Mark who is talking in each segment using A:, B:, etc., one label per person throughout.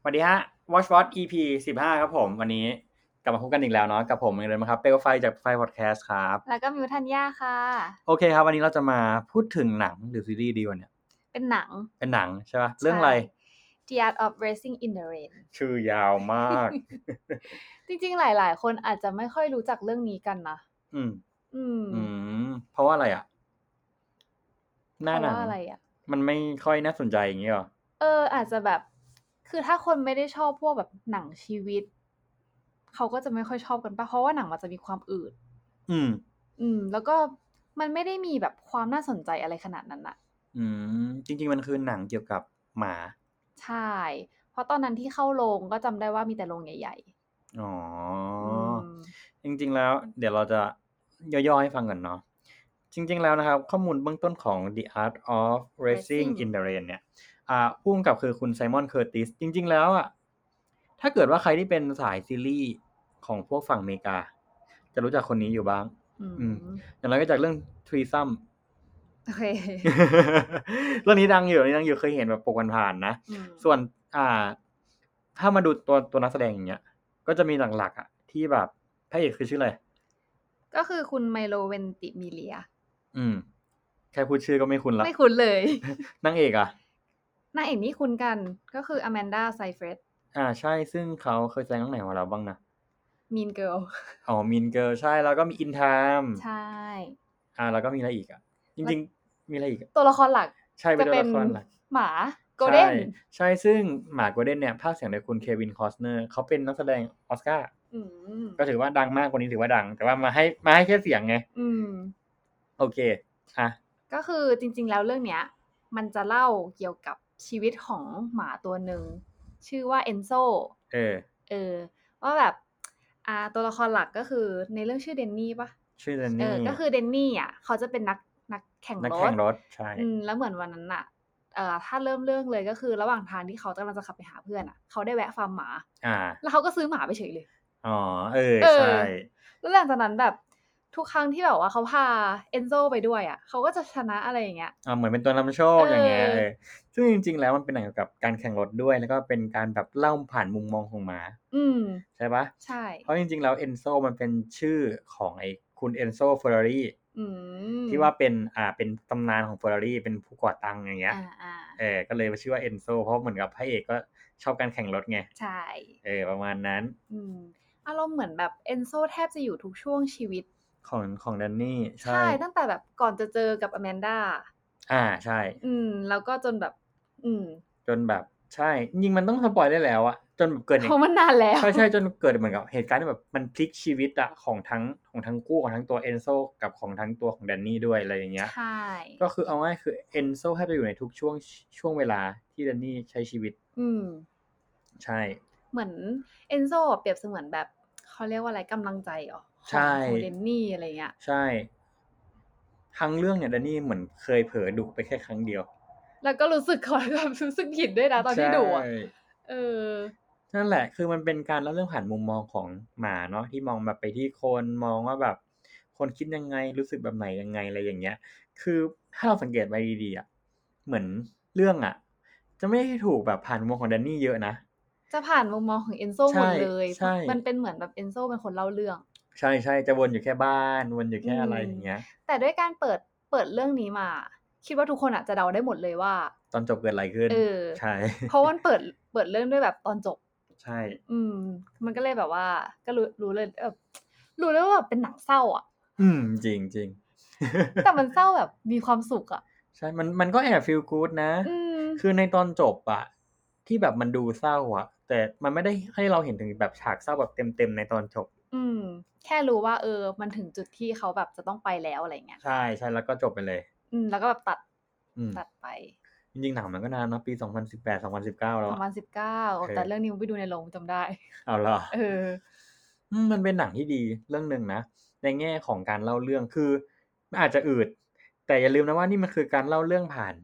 A: สวัสดีฮะ Watch Watch EP สิบห้าครับผม วันนี้กลับมาพบกันอีกแล้วเนาะกับผมเองเลยนะครับเปลวไฟจากไฟพอดแคสต์ครับ
B: แล้วก็มิวทันย่าค่ะ
A: โอเคครับ วันนี้เราจะมาพูดถึงหนังหรือซีรีส์ดีวันเนี้ย
B: เป็นหนัง
A: เป็นหนังใช่ปะเรื่องอะไร
B: ใช่ The Art of Racing in the Rain
A: ชื่อยาวมาก
B: จริงๆ หลายๆ คนอาจจะไม่ค่อยรู้จักเรื่องนี้กันนะ
A: อืม
B: อืม
A: อืมเพราะว่าอะไรอ่ะ หน้า
B: เพ
A: หนัง
B: ราะว่าอะไรอ่ะ
A: มันไม่ค่อยน่าสนใจอย่างนี้หรอ
B: เออ อาจจะแบบ คือถ้าคนไม่ได้ชอบพวกแบบหนังชีวิต เขาก็จะไม่ค่อยชอบกันปะเพราะว่าหนังมันจะมีความอืด
A: อืม
B: อืม แล้วก็มันไม่ได้มีแบบความน่าสนใจอะไรขนาดนั้นอะ
A: อืม จริง ๆ มันคือหนังเกี่ยวกับหมา
B: ใช่ เพราะตอนนั้นที่เข้าโรงก็จำได้ว่ามีแต่โรงใหญ่
A: อ๋ออ
B: ๆม
A: จริงๆ แล้วเดี๋ยวเราจะย่อๆให้ฟังก่อนเนาะจริง ๆ แล้วนะครับ ข้อมูลเบื้องต้นของ The Art of Racing in the Rain เนี่ยอ่าผู้กำกับคือคุณไซมอนเคอร์ติสจริง ๆ แล้วอ่ะถ้าเกิดว่าใครที่เป็นสายซีรีส์ของพวกฝั่งอเมริกา จะรู้จักคนนี้อยู่บ้าง
B: อื
A: อืม
B: ม
A: อย่างไรก็จากเรื่อง Threesome
B: โอเค
A: เรื่องนี้ดังอยู่เรื่องนี้ดังอยู่เคยเห็นแบบปกผ่านๆนะ
B: อืม
A: ส่วนอ่า ถ้ามาดูตัวตัวนักแสดงอย่างเงี้ย ก็จะมีหลักๆอ่ะที่แบบพระเอกคือชื่ออะไร
B: ก็คือคุณไมโลเวนติมิเลีย
A: อืม แค่พูดชื่อก็ไม่คุ้นละ
B: ไม่คุ้นเลย
A: นางเอกอ่ะ
B: นางเอกนี่คุ้นกันก็คืออแมนดาไซเฟรด
A: อ่าใช่ ซึ่งเขาเคยแสดงเรื่องไหนมาแล้วบ้างนะ
B: มีนเกิล
A: อ๋อมินเกิลใช่ แล้วก็มีอินไทม์
B: ใช่
A: อ่า แล้วก็มีอะไรอีกอ่ะ จริง ๆ มีอะไรอีกอะ
B: ตัวละครหลัก
A: ใช่เป็
B: จะ
A: นตัว
B: เป็
A: ละ
B: น
A: ครหลัก
B: หมาโกลเด้น
A: ใช่ใช่ซึ่งหมาโกลเด้นเนี่ยภาคเสียงโดยคุณเควินคอสเนอร์เขาเป็นนักแสดงออสการ์
B: อืม
A: ก็ถือว่าดังมากคนนี้ถือว่าดัง แต่ว่ามาให้มาให้แค่เสียงไง
B: อืม
A: โอเค อ่ะ
B: ก็คือจริง ๆ แล้วเรื่องเนี้ย มันจะเล่าเกี่ยวกับชีวิตของหมาตัวหนึ่ง ชื่อว่าเอนโซ
A: เออ
B: เออ ว่าแบบ อ่า ตัวละครหลักก็คือในเรื่องชื่อเดนนี่ปะ
A: ชื่อเดน
B: เอ
A: นี่
B: อ ก็คือเดนนี่อ่ะ เขาจะเป็นนักนักแข่ง
A: นัก
B: ร
A: แข่
B: ถ
A: งรถใช่
B: อืมแล้วเหมือนวันนั้นอะเอ่อถ้าเริ่มเรื่องเลยก็คือระหว่างทางที่เขากำลังจะขับไปหาเพื่อนอะเขาได้แวะฟาร์มหมา
A: อ่า
B: แล้วเขาก็ซื้อหมาไปเฉยเลย
A: อ๋อเออ
B: เออ
A: ใช่
B: แล้วหลังจากนั้นแบบทุกครั้งที่แบบว่าเขาพาเอนโซไปด้วยอะเขาก็จะชนะอะไรอย่างเงี้ย
A: อ่าเหมือนเป็นตัวนำโชค
B: เออ
A: อ
B: อ
A: ย่างเงี้ยเออซึ่งจริง ๆ แล้วมันเป็นหนังเกี่ยวกับการแข่งรถด้วย แล้วก็เป็นการแบบเล่าผ่านมุมมองของหมา
B: อืม
A: ใช่ปะ
B: ใช่
A: เพราะจริง ๆ แล้วเอนโซมันเป็นชื่อของไอ้คุณเอนโซเฟอร์รารี่
B: อืม
A: ที่ว่าเป็นอ่าเป็นตำนานของเฟอร์รารี่เป็นผู้ก่อตั้งอย่างเงี้ย
B: อ่าอ่า
A: เออก็เลยชื่อว่าเอนโซเพราะเหมือนกับพระเอกก็ชอบการแข่งรถไง
B: ใช่
A: เออประมาณนั้น
B: อืมอารมณ์เหมือนแบบเอนโซแทบจะอยู่ทุกช่วงชีวิต
A: ของของแดนนี่ใช่
B: ใช่ ตั้งแต่แบบก่อนจะเจอกับอแมนด้า
A: อ่าใช่
B: อืม แล้วก็จนแบบ อืม
A: จนแบบใช่จริงๆมันต้องสปอยได้แล้วอะจนแบบเกิดเหตุ
B: เพราะมันนานแล้ว
A: ใช่ใช่จนเกิดเหมือนกับเหตุการณ์ที่แบบมันพลิกชีวิตอะของทั้งของทั้งกู้ของทั้งตัวเอนโซกับของทั้งตัวของแดนนี่ด้วยอะไรอย่างเงี้ย
B: ใช่
A: ก็คือเอาง่ายคือเอนโซให้ไปอยู่ในทุกช่วงช่วงเวลาที่แดนนี่ใช้ชีวิต
B: อืม
A: ใช่
B: เหมือนเอนโซเปรียบเสมือนแบบเขาเรียกว่าอะไรกำลังใจเหรอของ
A: ใช่
B: ของเดนนี่อะไรเงี้ย
A: ใช่ทั้งเรื่องเนี่ยแดนนี่เหมือนเคยเผลอดุไปแค่ครั้งเดียว
B: แล้วก็รู้สึกขอแบบ รู้สึกผิดด้วยนะตอนที่ดูอะ
A: ใช่
B: เออ
A: นั่นแหละ คือมันเป็นการเล่าเรื่องผ่านมุมมองของหมาเนาะที่มองแบบไปที่คนมองว่าแบบ คนคิดยังไงรู้สึกแบบไหนยังไงอะไรอย่างเงี้ย คือถ้าเราสังเกตไปดีๆอ่ะเหมือนเรื่องอ่ะ จะไม่ได้ถูกแบบผ่านมุมมองของแดนนี่เยอะนะ
B: จะผ่านมุมมองของเอนโซ
A: ใช่
B: หมดเลย
A: ใช่
B: มันเป็นเหมือนแบบเอนโซเป็นคนเล่าเรื่อง
A: ใช่ใช่จะวนอยู่แค่บ้านวนอยู่แค่อะไร
B: อืม
A: อย่างเงี้ย
B: แต่ด้วยการเปิดเปิดเรื่องนี้มา คิดว่าทุกคนอะจะเดาได้หมดเลยว่า
A: ตอนจบเกิดอะไรขึ้น
B: เออ
A: ใช่
B: เพราะมันเปิดเปิดเรื่องด้วยแบบตอนจบ
A: ใช่
B: อืม มันก็เลยแบบว่า ก็รู้รู้เลยแบบรู้เลยว่าแบบเป็นหนังเศร้าอะ
A: อืมจริงจริง
B: แต่มันเศร้าแบบมีความสุขอะ
A: ใช่มันมันก็แอบฟีลกู๊ดนะ
B: อืม
A: คือในตอนจบอะที่แบบมันดูเศร้าอะแต่มันไม่ได้ให้เราเห็นถึงแบบฉากเศร้าแบบเต็มๆในตอนจบ
B: อืม แค่รู้ว่าเออ มันถึงจุดที่เขาแบบจะต้องไปแล้วอะไรเงี้ย
A: ใช่ใช่แล้วก็จบไปเลย
B: อืม แล้วก็แบบตัด
A: อืม
B: ตัดไป
A: จริงๆหนังมันก็นานเนอะปีสองพันสิบแปดสองพันสิบเก้าแล้ว
B: สอง
A: อะ
B: พันสิบเก้า
A: โอเค
B: แต่เรื่องนี้ผมไปดูในโรงจำได้
A: เอาเหรอ
B: เออ
A: อืมมันเป็นหนังที่ดีเรื่องหนึ่งนะ ในแง่ของการเล่าเรื่องคือมันอาจจะอืด แต่อย่าลืมนะว่านี่มันคือการเล่าเรื่องผ่าน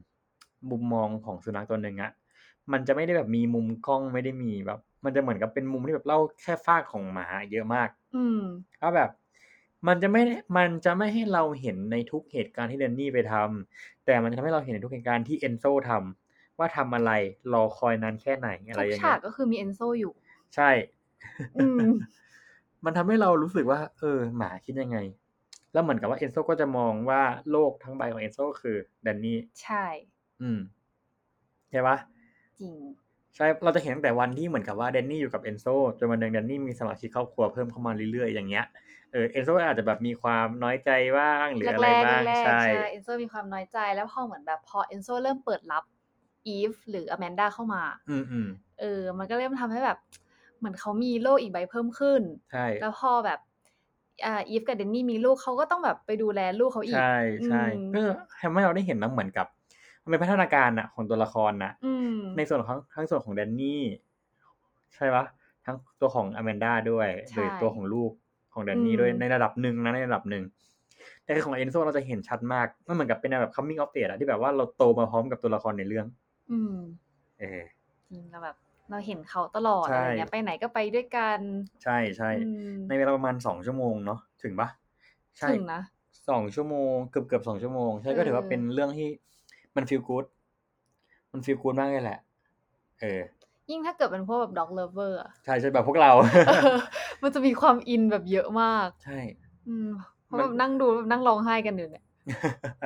A: มุมมองของสุนัขตัวหนึ่งอะมันจะไม่ได้แบบมีมุมกล้องไม่ได้มีแบบ มันจะเหมือนกับเป็นมุมที่แบบเล่าแค่ฟากของหมาเยอะมาก
B: อืม
A: ก็แบบ มันจะไม่ได้มันจะไม่ให้เราเห็นในทุกเหตุการณ์ที่แดนนี่ไปทำแต่มันจะทำให้เราเห็นในทุกเหตุการณ์ที่เอนโซทำ ว่าทำอะไรรอคอยนานแค่ไหนอะไร
B: ทุ
A: อก ย่าง
B: ฉา
A: เงี้
B: ก
A: ย
B: ก็คือมีเอนโซอยู่
A: ใช่
B: อืม
A: มันทำให้เรารู้สึกว่า เออ หมาคิดยังไง แล้วเหมือนกับว่าเอนโซก็จะมองว่าโลกทั้งใบของเอนโซคือแดนนี่
B: ใช่
A: อืมใช่ปะ
B: จริง
A: ใช่เราจะเห็นตั้งแต่วันที่เหมือนกับว่าแดนนี่อยู่กับเอนโซจนวันหนึ่งแดนนี่มีสมาชิกครอบครัวเพิ่มเข้ามาเรื่อยๆอย่างเงี้ยเออเอนโซอาจจะแบบมีความน้อยใจบ้างหรืออะไร
B: แรกๆ
A: บ้าง
B: แรกๆ
A: ใช่
B: ใช่เอนโซมีความน้อยใจแล้วพอเหมือนแบบพอเอนโซเริ่มเปิดรับอีฟหรืออแมนดาเข้ามา
A: อืมอืม
B: เออ มันก็เริ่มทำให้แบบ เหมือนเขามีโลกอีกใบเพิ่มขึ้น
A: ใช่
B: แล้วพอแบบอ่าอีฟกับเดนนี่มีลูกเขาก็ต้องแบบไปดูแลลูกเขาอีก
A: ใช่ใช่
B: อืม
A: ก็ทำให้เราได้เห็นนะเหมือนกับ มันเป็นพัฒนาการอะของตัวละครนะ
B: อืม
A: ในส่วนของทั้งส่วนของแดนนี่ใช่ปะทั้งตัวของอแมนด้าด้วย
B: ใช่
A: หรือตัวของลูกของแดนนี่
B: อืม
A: ด้วยในระดับหนึ่งนะในระดับหนึ่งแต่ของเอนโซเราจะเห็นชัดมากมันเหมือนกับเป็นแบบ coming of age อะที่แบบว่าเราโตมาพร้อมกับตัวละครในเรื่อง
B: อืม
A: เออ
B: จริงแล้วแบบ เราเห็นเขาตลอด
A: ใช่
B: อะไรเงี้ยไปไหนก็ไปด้วยกัน
A: ใช่ใช่
B: อืม
A: ในเวลาประมาณสองชั่วโมงเนาะถึงปะใช่
B: ถึงนะ
A: สองชั่วโมงเกือบเกือบสองชั่วโมง ใช่
B: เออ
A: ก็ถือว่าเป็นเรื่องที่มัน feel good มัน feel good มากเลยแหละ เออ
B: ยิ่งถ้าเกิดเป็นพวกแบบด็อกเลเวอร์
A: ใช่ใช่แบบพวกเรา
B: มันจะมีความอินแบบเยอะมาก
A: ใช่
B: อืมเพราะ
A: มัน
B: แบบนั่งดูแบบนั่งร้องไห้กันอยู่เนี่ย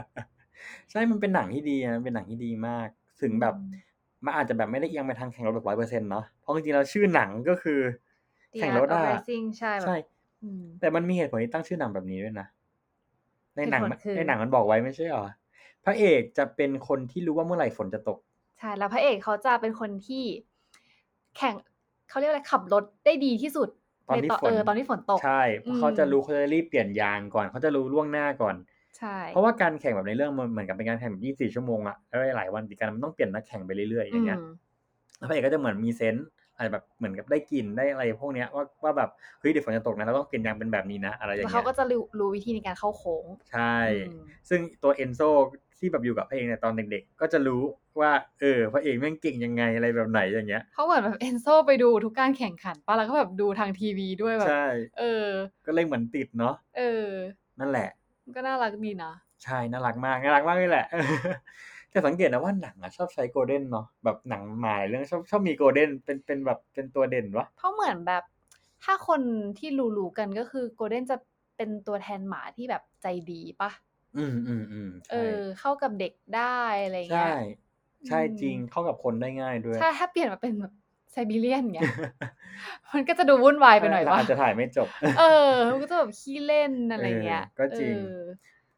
A: ใช่ มันเป็นหนังที่ดีนะเป็นหนังที่ดีมาก ถึงแบบ
B: อืม
A: มันอาจจะแบบไม่ได้เอียงไปทางแข่งรถแบบร้อยเปอร์เซ็นต์เนาะ เพราะจริงๆแล้วชื่อหนังก็คือ
B: The
A: แข่งรถ
B: Art
A: อะ
B: of Racing ใช่แบบ
A: ใช่
B: อืม
A: แต่มันมีเหตุผลที่ตั้งชื่อหนังแบบนี้ด้วยนะ ในหนัง
B: เหตุผลคือ
A: ในหนังมันบอกไว้ไม่ใช่เหรอ พระเอกจะเป็นคนที่รู้ว่าเมื่อไหร่ฝนจะตก
B: ใช่แล้วพระเอกเขาจะเป็นคนที่ แข่งเขาเรียกอะไรขับรถได้ดีที่สุด
A: ตอนที่ฝน
B: ใเออตอนที่ฝนตก
A: ใช่เพราะเขา
B: อืม
A: จะรู้เขาจะรีบเปลี่ยนยางก่อน เขาจะรู้ล่วงหน้าก่อน
B: ใช่
A: เพราะว่าการแข่งแบบในเรื่องมันเหมือนกับเป็นการแข่งแบบยี่สิบชั่วโมงอะแล้วหลายๆวันติดกันมันต้องเปลี่ยนนักแข่งไปเรื่อยๆอย่างเงี้ย
B: อืม
A: แล้วพระเอกก็จะเหมือนมีเซนส์อะไรแบบเหมือนกับได้กลิ่นได้อะไรพวกเนี้ยว่าว่าแบบเฮ้ยเดี๋ยวฝนจะตกนะเราต้องเปลี่ยนยางเป็นแบบนี้นะอะไรอย่าง
B: แล้ว
A: เงี้
B: เขา
A: ย
B: ก็จะรู้รู้วิธีในการเข้าโค้ง
A: ใช่
B: อืม
A: ซึ่งตัวเอนโซที่แบบอยู่กับพระเอกในยตอนเด็กๆ ก็จะรู้ว่าเออพระเอกแม่งเก่งยังไงอะไรแบบไหนอย่างเงี้ย
B: เขาเหมือนแบบเอนโซ ไปดูทุกการแข่งขันปะแล้วก็แบบดูทางทีวีด้วยแบบ
A: ใช่
B: เออ
A: ก็เลยเหมือนติดเนาะ
B: เออ
A: นั่นแหละ
B: มันก็น่ารักดีนะ
A: ใช่น่ารักมากน่ารักมากเลยแหละ แต่สังเกตนะว่าหนังอะชอบใช้โกลเด้นเนาะแบบหนังหมายเรื่องชอบชอบมีโกลเด้นเป็นเป็นแบบเป็นตัวเด่นวะ
B: เพราะเหมือนแบบ ถ้าคนที่รู้ๆกันก็คือโกลเด้นจะเป็นตัวแทนหมาที่แบบใจดีปะ
A: อืมอืมอืม
B: เอ
A: ใช่
B: อ เข้ากับเด็กได้อะไร
A: ใช่
B: เงี้ย
A: ใช่
B: อืม
A: จริงเข้ากับคนได้ง่ายด้วย
B: ถ้าถ้าเปลี่ยนมาเป็นแบบไซบีเรียนเงี้ย มันก็จะดูวุ่น วายไปหน่อย
A: เรา
B: ว่า
A: อาจจะถ่ายไม่จบ
B: เออ มันก็จะแบบขี้เล่นอะไรเงี้ย
A: เออก็จริง
B: เออ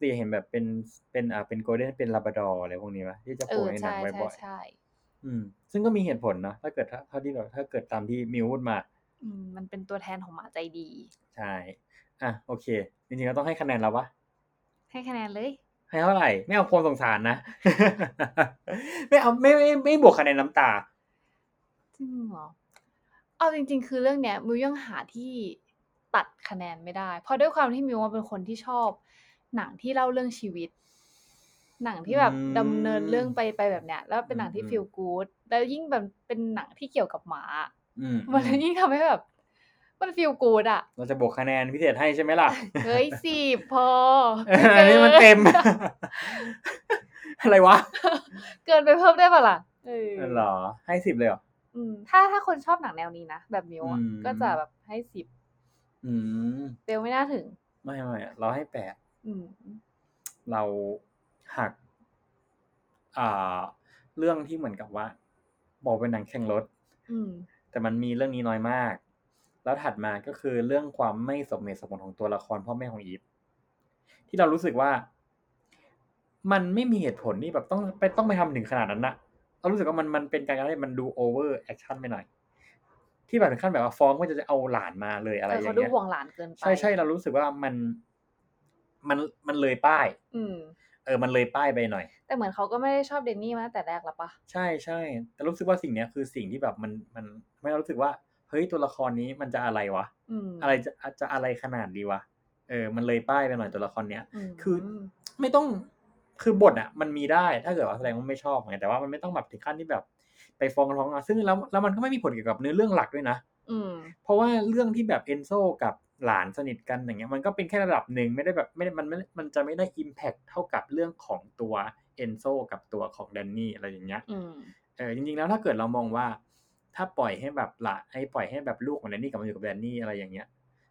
A: ตีเห็นแบบเป็นเป็นอ่าเป็นโกลเด้นเป็นลาบราดอร์อะไรพวกนี้ปะที่จะ
B: เอ
A: โผล่
B: อ
A: ในหนั
B: ใช่
A: ง
B: ใช่
A: บ่อย
B: ใช่
A: ๆอืม ซึ่งก็มีเหตุผลนะถ้าเกิดถ้าเท่าที่แบบถ้าเกิดตามที่มิวพูดมา
B: อืมมันเป็นตัวแทนของหมาใจดี
A: ใช่อ่ะโอเค จริงๆเราต้องให้คะแนนเราวะ
B: ให้คะแนนเลย
A: ให้เท่าไหร่ ไม่เอาความสงสารนะ ไม่เอาไม่ไม่ไม่บวกคะแนนน้ำตา
B: จริงเหรอ เอาจริง ๆ คือเรื่องเนี้ยมิวยังหาที่ตัดคะแนนไม่ได้ เพราะด้วยความที่มิวว่าเป็นคนที่ชอบ หนังที่เล่าเรื่องชีวิต หนังที่แบบ
A: อืม
B: ดำเนินเรื่องไปไปแบบเนี้ย แล้วเป็นหนังที่
A: อืม
B: ฟีลกู๊ดแล้วยิ่งแบบเป็นหนังที่เกี่ยวกับหมา
A: อืม
B: มันเลยยิ่งทำให้แบบ มันฟีลกู๊ดอ่ะ
A: เราจะบวกคะแนนพิเศษให้ใช่ไหมล่ะ
B: เฮ้ยสิบพอ
A: เอ ออันนี้มันเต็ม อะไรวะ
B: เกินไปเพิ่มได้ปะล่ะเออ
A: เออเหรอให้สิบเลยเหรอ
B: อืมถ้าถ้าคนชอบหนังแนวนี้นะแบบมิวอะ
A: อืม
B: ก็จะแบบให้สิบ
A: อืม
B: เบลไม่น่าถึง
A: ไม่ไม่เราให้แปด
B: อืม
A: เราหัก อ่า เรื่องที่เหมือนกับว่า บอกเป็นหนังแข่งรถ
B: อืม
A: แต่มันมีเรื่องนี้น้อยมาก แล้วถัดมาก็คือเรื่องความไม่สมเหตุสมผลของตัวละครพ่อแม่ของอีฟที่เรารู้สึกว่า มันไม่มีเหตุผลนี่แบบต้องไปต้องไปทำถึงขนาดนั้นนะเรารู้สึกว่ามันมันเป็นการกระทำที่มันดูโอเวอร์แอคชั่นไปหน่อย ที่แบบถึงขั้นแบบว่าฟ้องว่าจะจะเอาหลานมาเลยอะไร
B: เอ
A: อ
B: อย่าง เขาดู
A: เงี้ย
B: ห่วงหลานเกินไป
A: ใช่ใช่เรารู้สึกว่ามัน มันมันเลยป้าย
B: อืม
A: เออ มันเลยป้ายไปหน่อย
B: แต่เหมือนเขาก็ไม่ได้ชอบเดนนี่มาตั้งแต่แรกละปะ
A: ใช่ใช่แต่รู้สึกว่าสิ่งเนี้ยคือสิ่งที่แบบมันมันทำให้เรารู้สึกว่าเฮ้ยตัวละครนี้มันจะอะไรวะ
B: อืม
A: อะไรจะจะอะไรขนาดดีวะ เออ มันเลยป้ายไปหน่อยตัวละครเนี้ย
B: ม
A: คือ ไม่ต้อง คือบทอ่ะ มันมีได้ ถ้าเกิดว่าแสดงว่าไม่ชอบไงแต่ว่ามันไม่ต้องแบบถึงขั้นที่แบบ ไปฟ้องร้องเอาซึ่งแล้วแล้วมันก็ไม่มีผลเกี่ยวกับเนื้อเรื่องหลักด้วยนะ
B: อืม
A: เพราะว่าเรื่องที่แบบเอนโซกับหลานสนิทกันอย่างเงี้ย มันก็เป็นแค่ระดับหนึ่งไม่ได้แบบไม่ได้มันไม่มันจะไม่ได้อิมแพคเท่ากับเรื่องของตัวเอนโซกับตัวของแดนนี่อะไรอย่างเงี้ย
B: อืม
A: เออจริงๆแล้วถ้าเกิดเรามองว่า ถ้าปล่อยให้แบบหละไอ้ปล่อยให้แบบลูกของแดนนี่กลับมาอยู่กับแดนนี่อะไรอย่างเงี้ย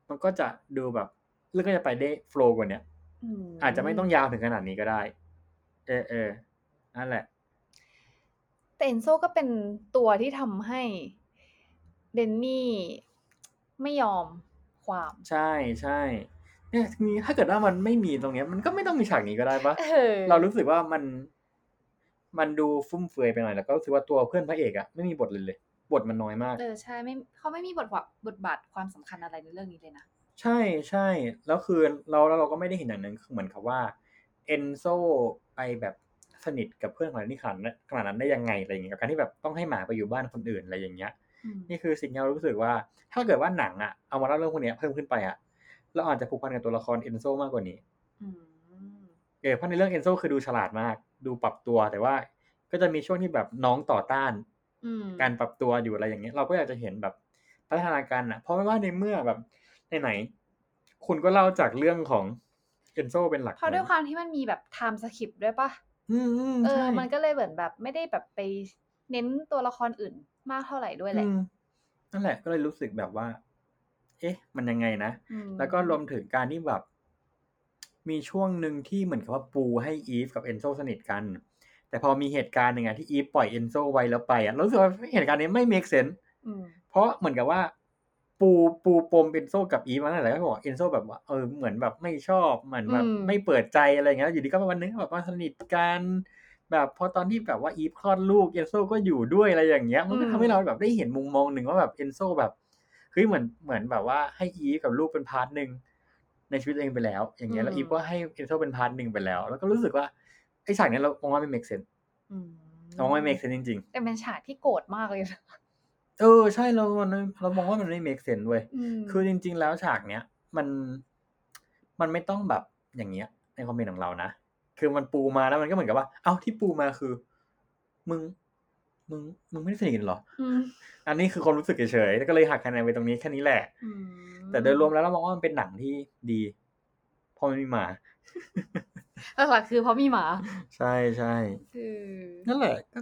A: มันก็จะดูแบบเรื่องก็จะไปได้โฟล์กว่าเนี้ย
B: ม
A: อาจจะไม่ต้องยาวถึงขนาดนี้ก็ได้ เออเออนั่นแหละ
B: แต่เอนโซก็เป็นตัวที่ทำให้เดนนี่ไม่ยอมความ
A: ใช่ใช่เนี่ยทีนี้ถ้าเกิดว่ามันไม่มีตรงเนี้ย มันก็ไม่ต้องมีฉากนี้ก็ได้ปะ
B: เออ
A: เรารู้สึกว่ามัน มันดูฟุ่มเฟือยไปหน่อยแล้วก็รู้สึกว่าตัวเพื่อนพระเอกอะไม่มีบทเลยเลย บทมันน้อยมาก
B: เออใช่ไม่เขาไม่มีบทบาทบทบาทความสำคัญอะไรในเรื่องนี้เลยนะ
A: ใช่ใช่แล้วคือเราแล้วเราก็ไม่ได้เห็นอย่างหนึ่งคือเหมือนกับว่าเอนโซไปแบบสนิทกับเพื่อนของเรานี่ขนาดนั้นขนาดนั้นได้ยังไงอะไรอย่างเงี้ยกับการที่แบบต้องให้หมาไปอยู่บ้านคนอื่นอะไรอย่างเงี้ย
B: อืม
A: นี่คือสิ่งที่เรารู้สึกว่า ถ้าเกิดว่าหนังอะเอามาเล่าเรื่องพวกเนี้ยเพิ่มขึ้นไปอะเราอาจจะผูกพันกับตัวละครเอนโซมากกว่านี้
B: อืม
A: เออเพราะในเรื่องเอนโซคือดูฉลาดมาก ดูปรับตัวแต่ว่าก็จะมีช่วงที่แบบน้องต่อต้าน
B: อืม
A: การปรับตัวอยู่อะไรอย่างเงี้ย เราก็อยากจะเห็นแบบพัฒนาการอ่ะ เพราะไม่ว่าในเมื่อแบบไหนๆคุณก็เล่าจากเรื่องของเอนโซเป็นหลัก
B: เพราะด้วย
A: นะ
B: ความที่มันมีแบบไทม์สคริปด้วยปะ
A: อืมอืม
B: เออ
A: ใช่
B: มันก็เลยเหมือนแบบไม่ได้แบบไปเน้นตัวละครอื่นมากเท่าไหร่ด้วยแหละ
A: อืมนั่นแหละก็เลยรู้สึกแบบว่า เอ๊ะ มันยังไงนะ
B: อืม
A: แล้วก็รวมถึงการที่แบบ มีช่วงหนึ่งที่เหมือนกับว่าปูให้อีฟกับเอนโซสนิทกัน แต่พอมีเหตุการณ์หนึ่งอะที่อีฟปล่อยเอนโซไว้แล้วไปอะรู้สึกว่าเหตุการณ์นี้ไม่เมคเซน
B: อืม
A: เพราะเหมือนกับว่า ปูปูปมเอนโซกับอีฟมาตั้งแต่แรกก็บอกเอนโซแบบว่าเออเหมือนแบบไม่ชอบเหมือนแบบ
B: อืม
A: ไม่เปิดใจอะไรอย่างเงี้ยอยู่ดีก็วันนึงแบบว่าสนิทกันแบบพอตอนที่แบบว่าอีฟคลอดลูกเอนโซก็อยู่ด้วยอะไรอย่างเงี้ย มันก็ทำให้เราแบบได้เห็นมุมมองหนึ่งว่าแบบเอนโซแบบเฮ้ยเหมือนเหมือนแบบว่าให้อีฟกับลูกเป็นพาร์ทหนึ่งในชีวิตตัวเองไปแล้ว อย่างเงี้ยแล้วอีฟก็ให้เอนโซเป็นพาร์ทหนึ่งไปแล้ว แล้วก็รู้สึกว่าไอ้ฉากเนี้ยเรามองว่าไม่เมกเซน
B: อืม
A: มองว่าไม่เมกเซนจริง
B: แต่เป็นฉากที่โกรธมากเลยนะ
A: ๆเออใช่เรามันเรามองว่ามันไม่เมกเซนเว้ย
B: ม
A: คือจริง ๆ แล้วฉากเนี้ยมันมันไม่ต้องแบบอย่างเงี้ย ในความเป็นของเรานะ คือมันปูมาแล้วมันก็เหมือนกับว่า เอ้าที่ปูมาคือ มึง มึง มึงไม่ได้สนิทกันเหรอ
B: ม
A: อันนี้คือความรู้สึกเฉยๆแล้วก็เลยหักคะแนนไปตรงนี้แค่นี้แหละ
B: อืม
A: แต่โดยรวมแล้วเรามองว่ามันเป็นหนังที่ดีเพอมันมีหมา
B: หลักๆคือเพราะมีหมา
A: ใช่ใช่
B: คือ
A: นั่นแหละก็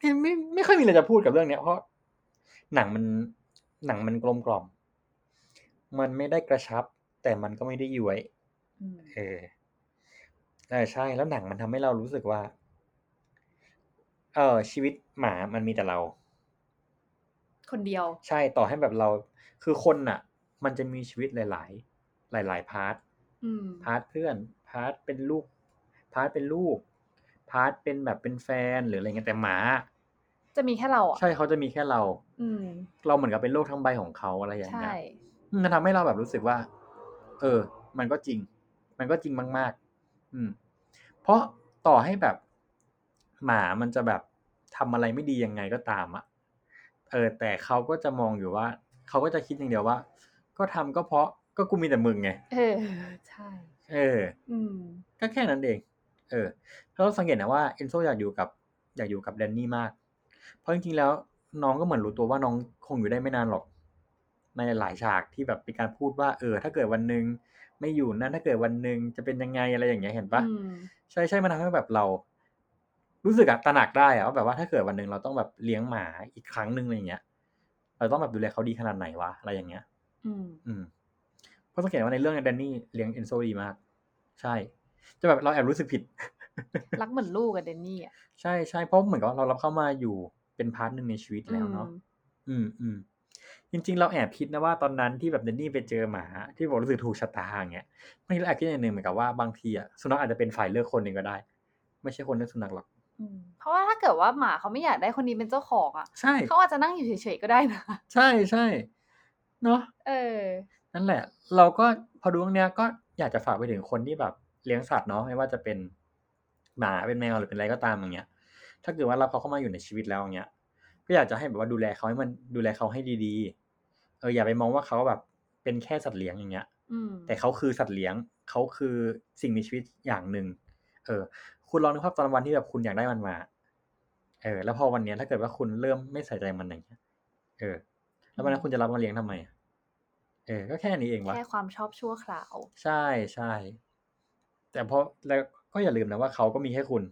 A: ไม่ไม่ไม่ค่อยมีอะไรจะพูดกับเรื่องเนี้ย เพราะหนังมันหนังมันกลมกล่อม มันไม่ได้กระชับ แต่มันก็ไม่ได้ย้วย
B: อืม
A: เออเออใช่ แล้วหนังมันทำให้เรารู้สึกว่า เออชีวิตหมามันมีแต่เรา
B: คนเดียว
A: ใช่ต่อให้แบบเรา คือคนน่ะ มันจะมีชีวิตหลาย ๆ หลาย ๆ พาร์ท
B: อืม
A: พาร์ทเพื่อน พาร์ทเป็นลูก พาร์ทเป็นลูก พาร์ทเป็นแบบเป็นแฟนหรืออะไรเงี้ยแต่หมา
B: จะมีแค่เราอ่ะ
A: ใช่เขาจะมีแค่เรา
B: อืม
A: เราเหมือนกับเป็นโลกทั้งใบของเขาอะไรอย่างเงี้
B: ใช่
A: ย มันทำให้เราแบบรู้สึกว่า เออ มันก็จริง มันก็จริงมาก ๆ อืม เพราะต่อให้แบบหมามันจะแบบทำอะไรไม่ดียังไงก็ตามอะเออ แต่เขาก็จะมองอยู่ว่าเขาก็จะคิดอย่างเดียวว่า ก็ทำก็เพราะก็กูมีแต่มึงไง
B: เออ ใช่
A: เออ
B: อืม
A: ก็แค่นั้นเอง เออแล้วเราสังเกตนะว่าเอนโซอยากอยู่กับอยากอยู่กับแดนนี่มาก เพราะจริงๆแล้วน้องก็เหมือนรู้ตัวว่าน้องคงอยู่ได้ไม่นานหรอก ในหลายฉากที่แบบเป็นการพูดว่า เออ ถ้าเกิดวันหนึ่งไม่อยู่นะถ้าเกิดวันหนึ่งจะเป็นยังไงอะไรอย่างเงี้ยเห็นปะ
B: อืม
A: ใช่ใช่มันทำให้แบบเรา รู้สึกอะตระหนักได้อะว่าแบบว่าถ้าเกิดวันหนึ่งเราต้องแบบเลี้ยงหมาอีกครั้งหนึ่งอะไรอย่างเงี้ย เราต้องแบบดูแลเขาดีขนาดไหนวะอะไรอย่างเงี้ย
B: อืม
A: อืมเพราะสังเกตว่าในเรื่องเนี่ยแดนนี่เลี้ยงเอนโซดีมาก ใช่ จะแบบเราแอบรู้สึกผิด
B: รักเหมือนลูกอะเดนนี่อ่ะ
A: ใช่ใช่เพราะเหมือนกับว่าเรารับเข้ามาอยู่เป็นพาร์ทหนึ่งในชีวิตแล้วเนาะอืมอืมจริง ๆ เราแอบคิดนะว่าตอนนั้นที่แบบแดนนี่ไปเจอหมา ที่บอกรู้สึกถูกชะตาอย่างเงี้ยไม่รู้แอบคิดอย่างหนึ่งเหมือนกับว่าบางทีอะสุนัขอาจจะเป็นฝ่ายเลือกคนหนึ่งก็ได้ ไม่ใช่คนเลือกสุนัขหรอก
B: อืม เพราะว่าถ้าเกิดว่าหมาเขาไม่อยากได้คนนี้เป็นเจ้าของอ่ะ
A: ใช่
B: เขาอาจจะนั่งอยู่เฉยๆก็ได้นะ
A: ใช่ใช่เนาะ
B: เออ
A: นั่นแหละ เราก็พอดูเรื่องเนี้ยก็อยากจะฝากไปถึงคนที่แบบเลี้ยงสัตว์เนาะไม่ว่าจะเป็นหมาเป็นแมวหรือเป็นอะไรก็ตามอย่างเงี้ย ถ้าเกิดว่าเราเขาเข้ามาอยู่ในชีวิตแล้วอย่างเงี้ย ก็อยากจะให้แบบว่าดูแลเขาให้มันดูแลเขาให้ดีๆ เอออย่าไปมองว่าเขาแบบเป็นแค่สัตว์เลี้ยงอย่างเงี้ย
B: อืม
A: แต่เขาคือสัตว์เลี้ยงเขาคือสิ่งมีชีวิตอย่างหนึ่งเออ คุณลองนึกภาพตอนวันที่แบบคุณอยากได้มันมา เออ แล้วพอวันเนี้ยถ้าเกิดว่าคุณเริ่มไม่ใส่ใจมันอย่างเงี้ยเออ แล้ววันนั้นคุณจะรับมาเลี้ยงทำไมอะเออ ก็แค่นี้เองวะ
B: แค่ความชอบชั่วคราว
A: ใช่ใช่ แต่เพราะแล้วก็อย่าลืมนะว่าเขาก็มีแค่คุณ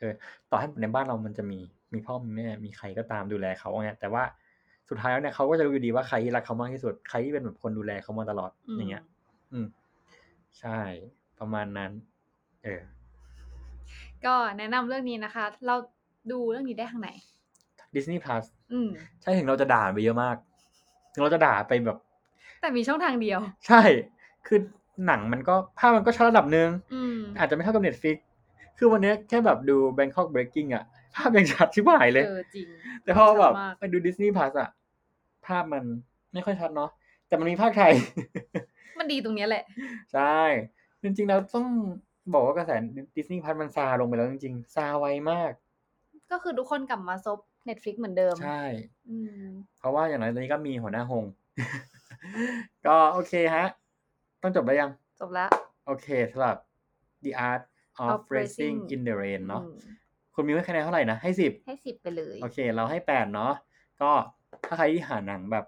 A: เออ ต่อให้ในบ้านเรามันจะมี มีพ่อมีแม่มีใครก็ตามดูแลเขาเนี่ยแต่ว่าสุดท้ายแล้วเนี่ยเขาก็จะรู้อยู่ดีว่าใครที่รักเขามากที่สุดใครที่เป็นแบบคนดูแลเขามาตลอด
B: ม
A: อย่างเงี้ย อืม ใช่ ประมาณนั้น เออ
B: ก็แนะนำเรื่องนี้นะคะ เราดูเรื่องนี้ได้ทางไหน
A: Disney Plus
B: อืม
A: ใช่ถึงเราจะด่าไปเยอะมาก ถึงเราจะด่าไปแบบ
B: แต่มีช่องทางเดียว
A: ใช่ คือหนังมันก็ภาพมันก็ชัดระดับหนึ่ง
B: อืม
A: อาจจะไม่เท่ากับ Netflix คือวันเนี้ยแค่แบบดู Bangkok Breaking อะภาพยังชัดชิบหายเลย
B: เออจริง
A: แต่พอแบบ
B: ชัดมาก
A: ไปดู Disney Plus อะภาพมันไม่ค่อยชัดเนาะแต่มันมีภาคไทย
B: มันดีตรงเนี้ยแหละ
A: ใช่ จริงๆแล้วต้องบอกว่ากระแสดิสนีย์พัทมันซาลงไปแล้วจริงๆซาไวมาก
B: ก็คือทุกคนกลับมาซบ Netflix เหมือนเดิม
A: ใช่
B: อืม
A: เพราะว่าอย่างไรตอนนี้ก็มีหัวหน้าหง ก็โอเคฮะ ต้องจบแล้วยัง
B: จบละ
A: โอเคสำหรับ The Art of
B: Of Racing
A: Racing in the Rain เนาะ
B: อืม
A: คุณมิวให้คะแนนเท่าไหร่นะ ให้สิบ
B: ให้สิบไปเลย
A: โอเค เราให้แปดเนาะก็ถ้าใครที่หาหนังแบบ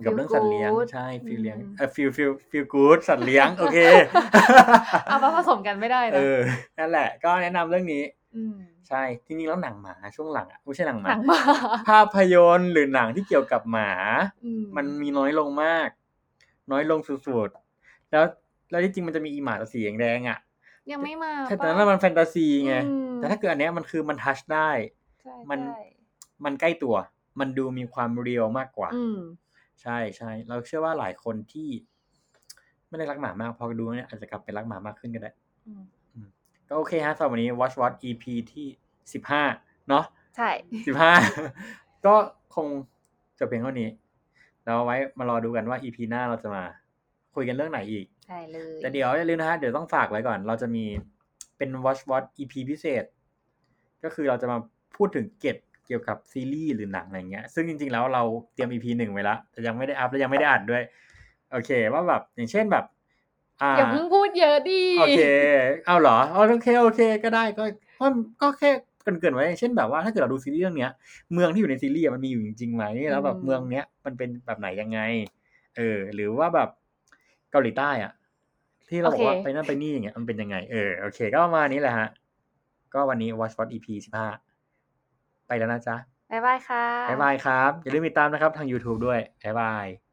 A: เกี่ยวกับเรื่องสัตว์เลี้ยง ใช่ฟิลเลี้ยงเออฟิลฟิลฟิลกู๊ดสัตว์เลี้ย ง โอเค
B: เอามาผสมกันไม่ได้
A: เอ
B: นะ
A: อ นั่นแหละ ก็แนะนำเรื่องนี้
B: ม
A: ใช่ จริงๆ แล้วหนังหมาช่วงหลังอ่ะไม่ใช่หนังห
B: ห
A: มา
B: นังหมา
A: ภาพยนตร์หรือหนังที่เกี่ยวกับหมา
B: อื
A: มันมีน้อยลงมาก น้อยลงสุดๆ แล้วแล้วที่จริงมันจะมีอีหมาตัวสีแดงๆอ่ะ
B: ยังไม่มา
A: แต่ตอ
B: ปะ
A: นนั้นมันแฟนตาซีไง
B: อืม
A: แต่ถ้าเกิดอันเนี้ยมันคือมันทัชได้
B: ใช่
A: มัน
B: ใช่
A: มันใกล้ตัว มันดูมีความเรียลมากกว่า
B: อืม
A: ใช่ใช่เราเชื่อว่าหลายคนที่ ไม่ได้รักหมามากพอดูเนี่ยอาจจะกลับไปรักหมามากขึ้นก็ได้
B: อืม
A: ก็โอเคฮะสำหรับวันนี้ Watch Watch EP ที่สิบห้าเนาะ
B: ใช่
A: สิบห้า ก็คงจบเพียงเท่านี้ แล้วไว้มารอดูกันว่า EP หน้าเราจะมา คุยกันเรื่องไหนอีก
B: ใช่เลย
A: แต่เดี๋ยวอย่าลืมนะฮะ เดี๋ยวต้องฝากไว้ก่อน เราจะมีเป็น Watch Watch EP พิเศษ ก็คือเราจะมาพูดถึงเกร็ดเกี่ยวกับซีรีส์หรือหนังอะไรเงี้ย ซึ่งจริงๆแล้วเราเตรียม EP หนึ่งไว้ละแต่ยังไม่ได้อัพและยังไม่ได้อัดด้วย โอเค ว่าแบบอย่างเช่นแบบ อ่า
B: อย่าเพิ่งพูดเยอะดิ
A: โอเค เอาเหรอเอาโอเค โอเค ก็ได้ ก็ก็ก็แค่เกรินๆไว้ เช่นแบบว่าถ้าเกิดเราดูซีรีส์เรื่องเนี้ย เมืองที่อยู่ในซีรีส์อะมันมีอยู่จริงๆไหม แล้วแบบเมืองเนี้ยมันเป็นแบบไหนยังไง เออ หรือว่าแบบเกาหลีใต้อะที่เราบอกว่าไปนั่นไปนี่อย่างเงี้ย มันเป็นยังไง เออ โอเค ก็ประมาณนี้แหละฮะ ก็วันนี้ Watch What EP สิบห้า ไปแล้วนะจ๊ะ
B: บ๊ายบายค่ะ
A: บ๊ายบายครับ อย่าลืมติดตามนะครับทาง YouTube ด้วยบ๊ายบาย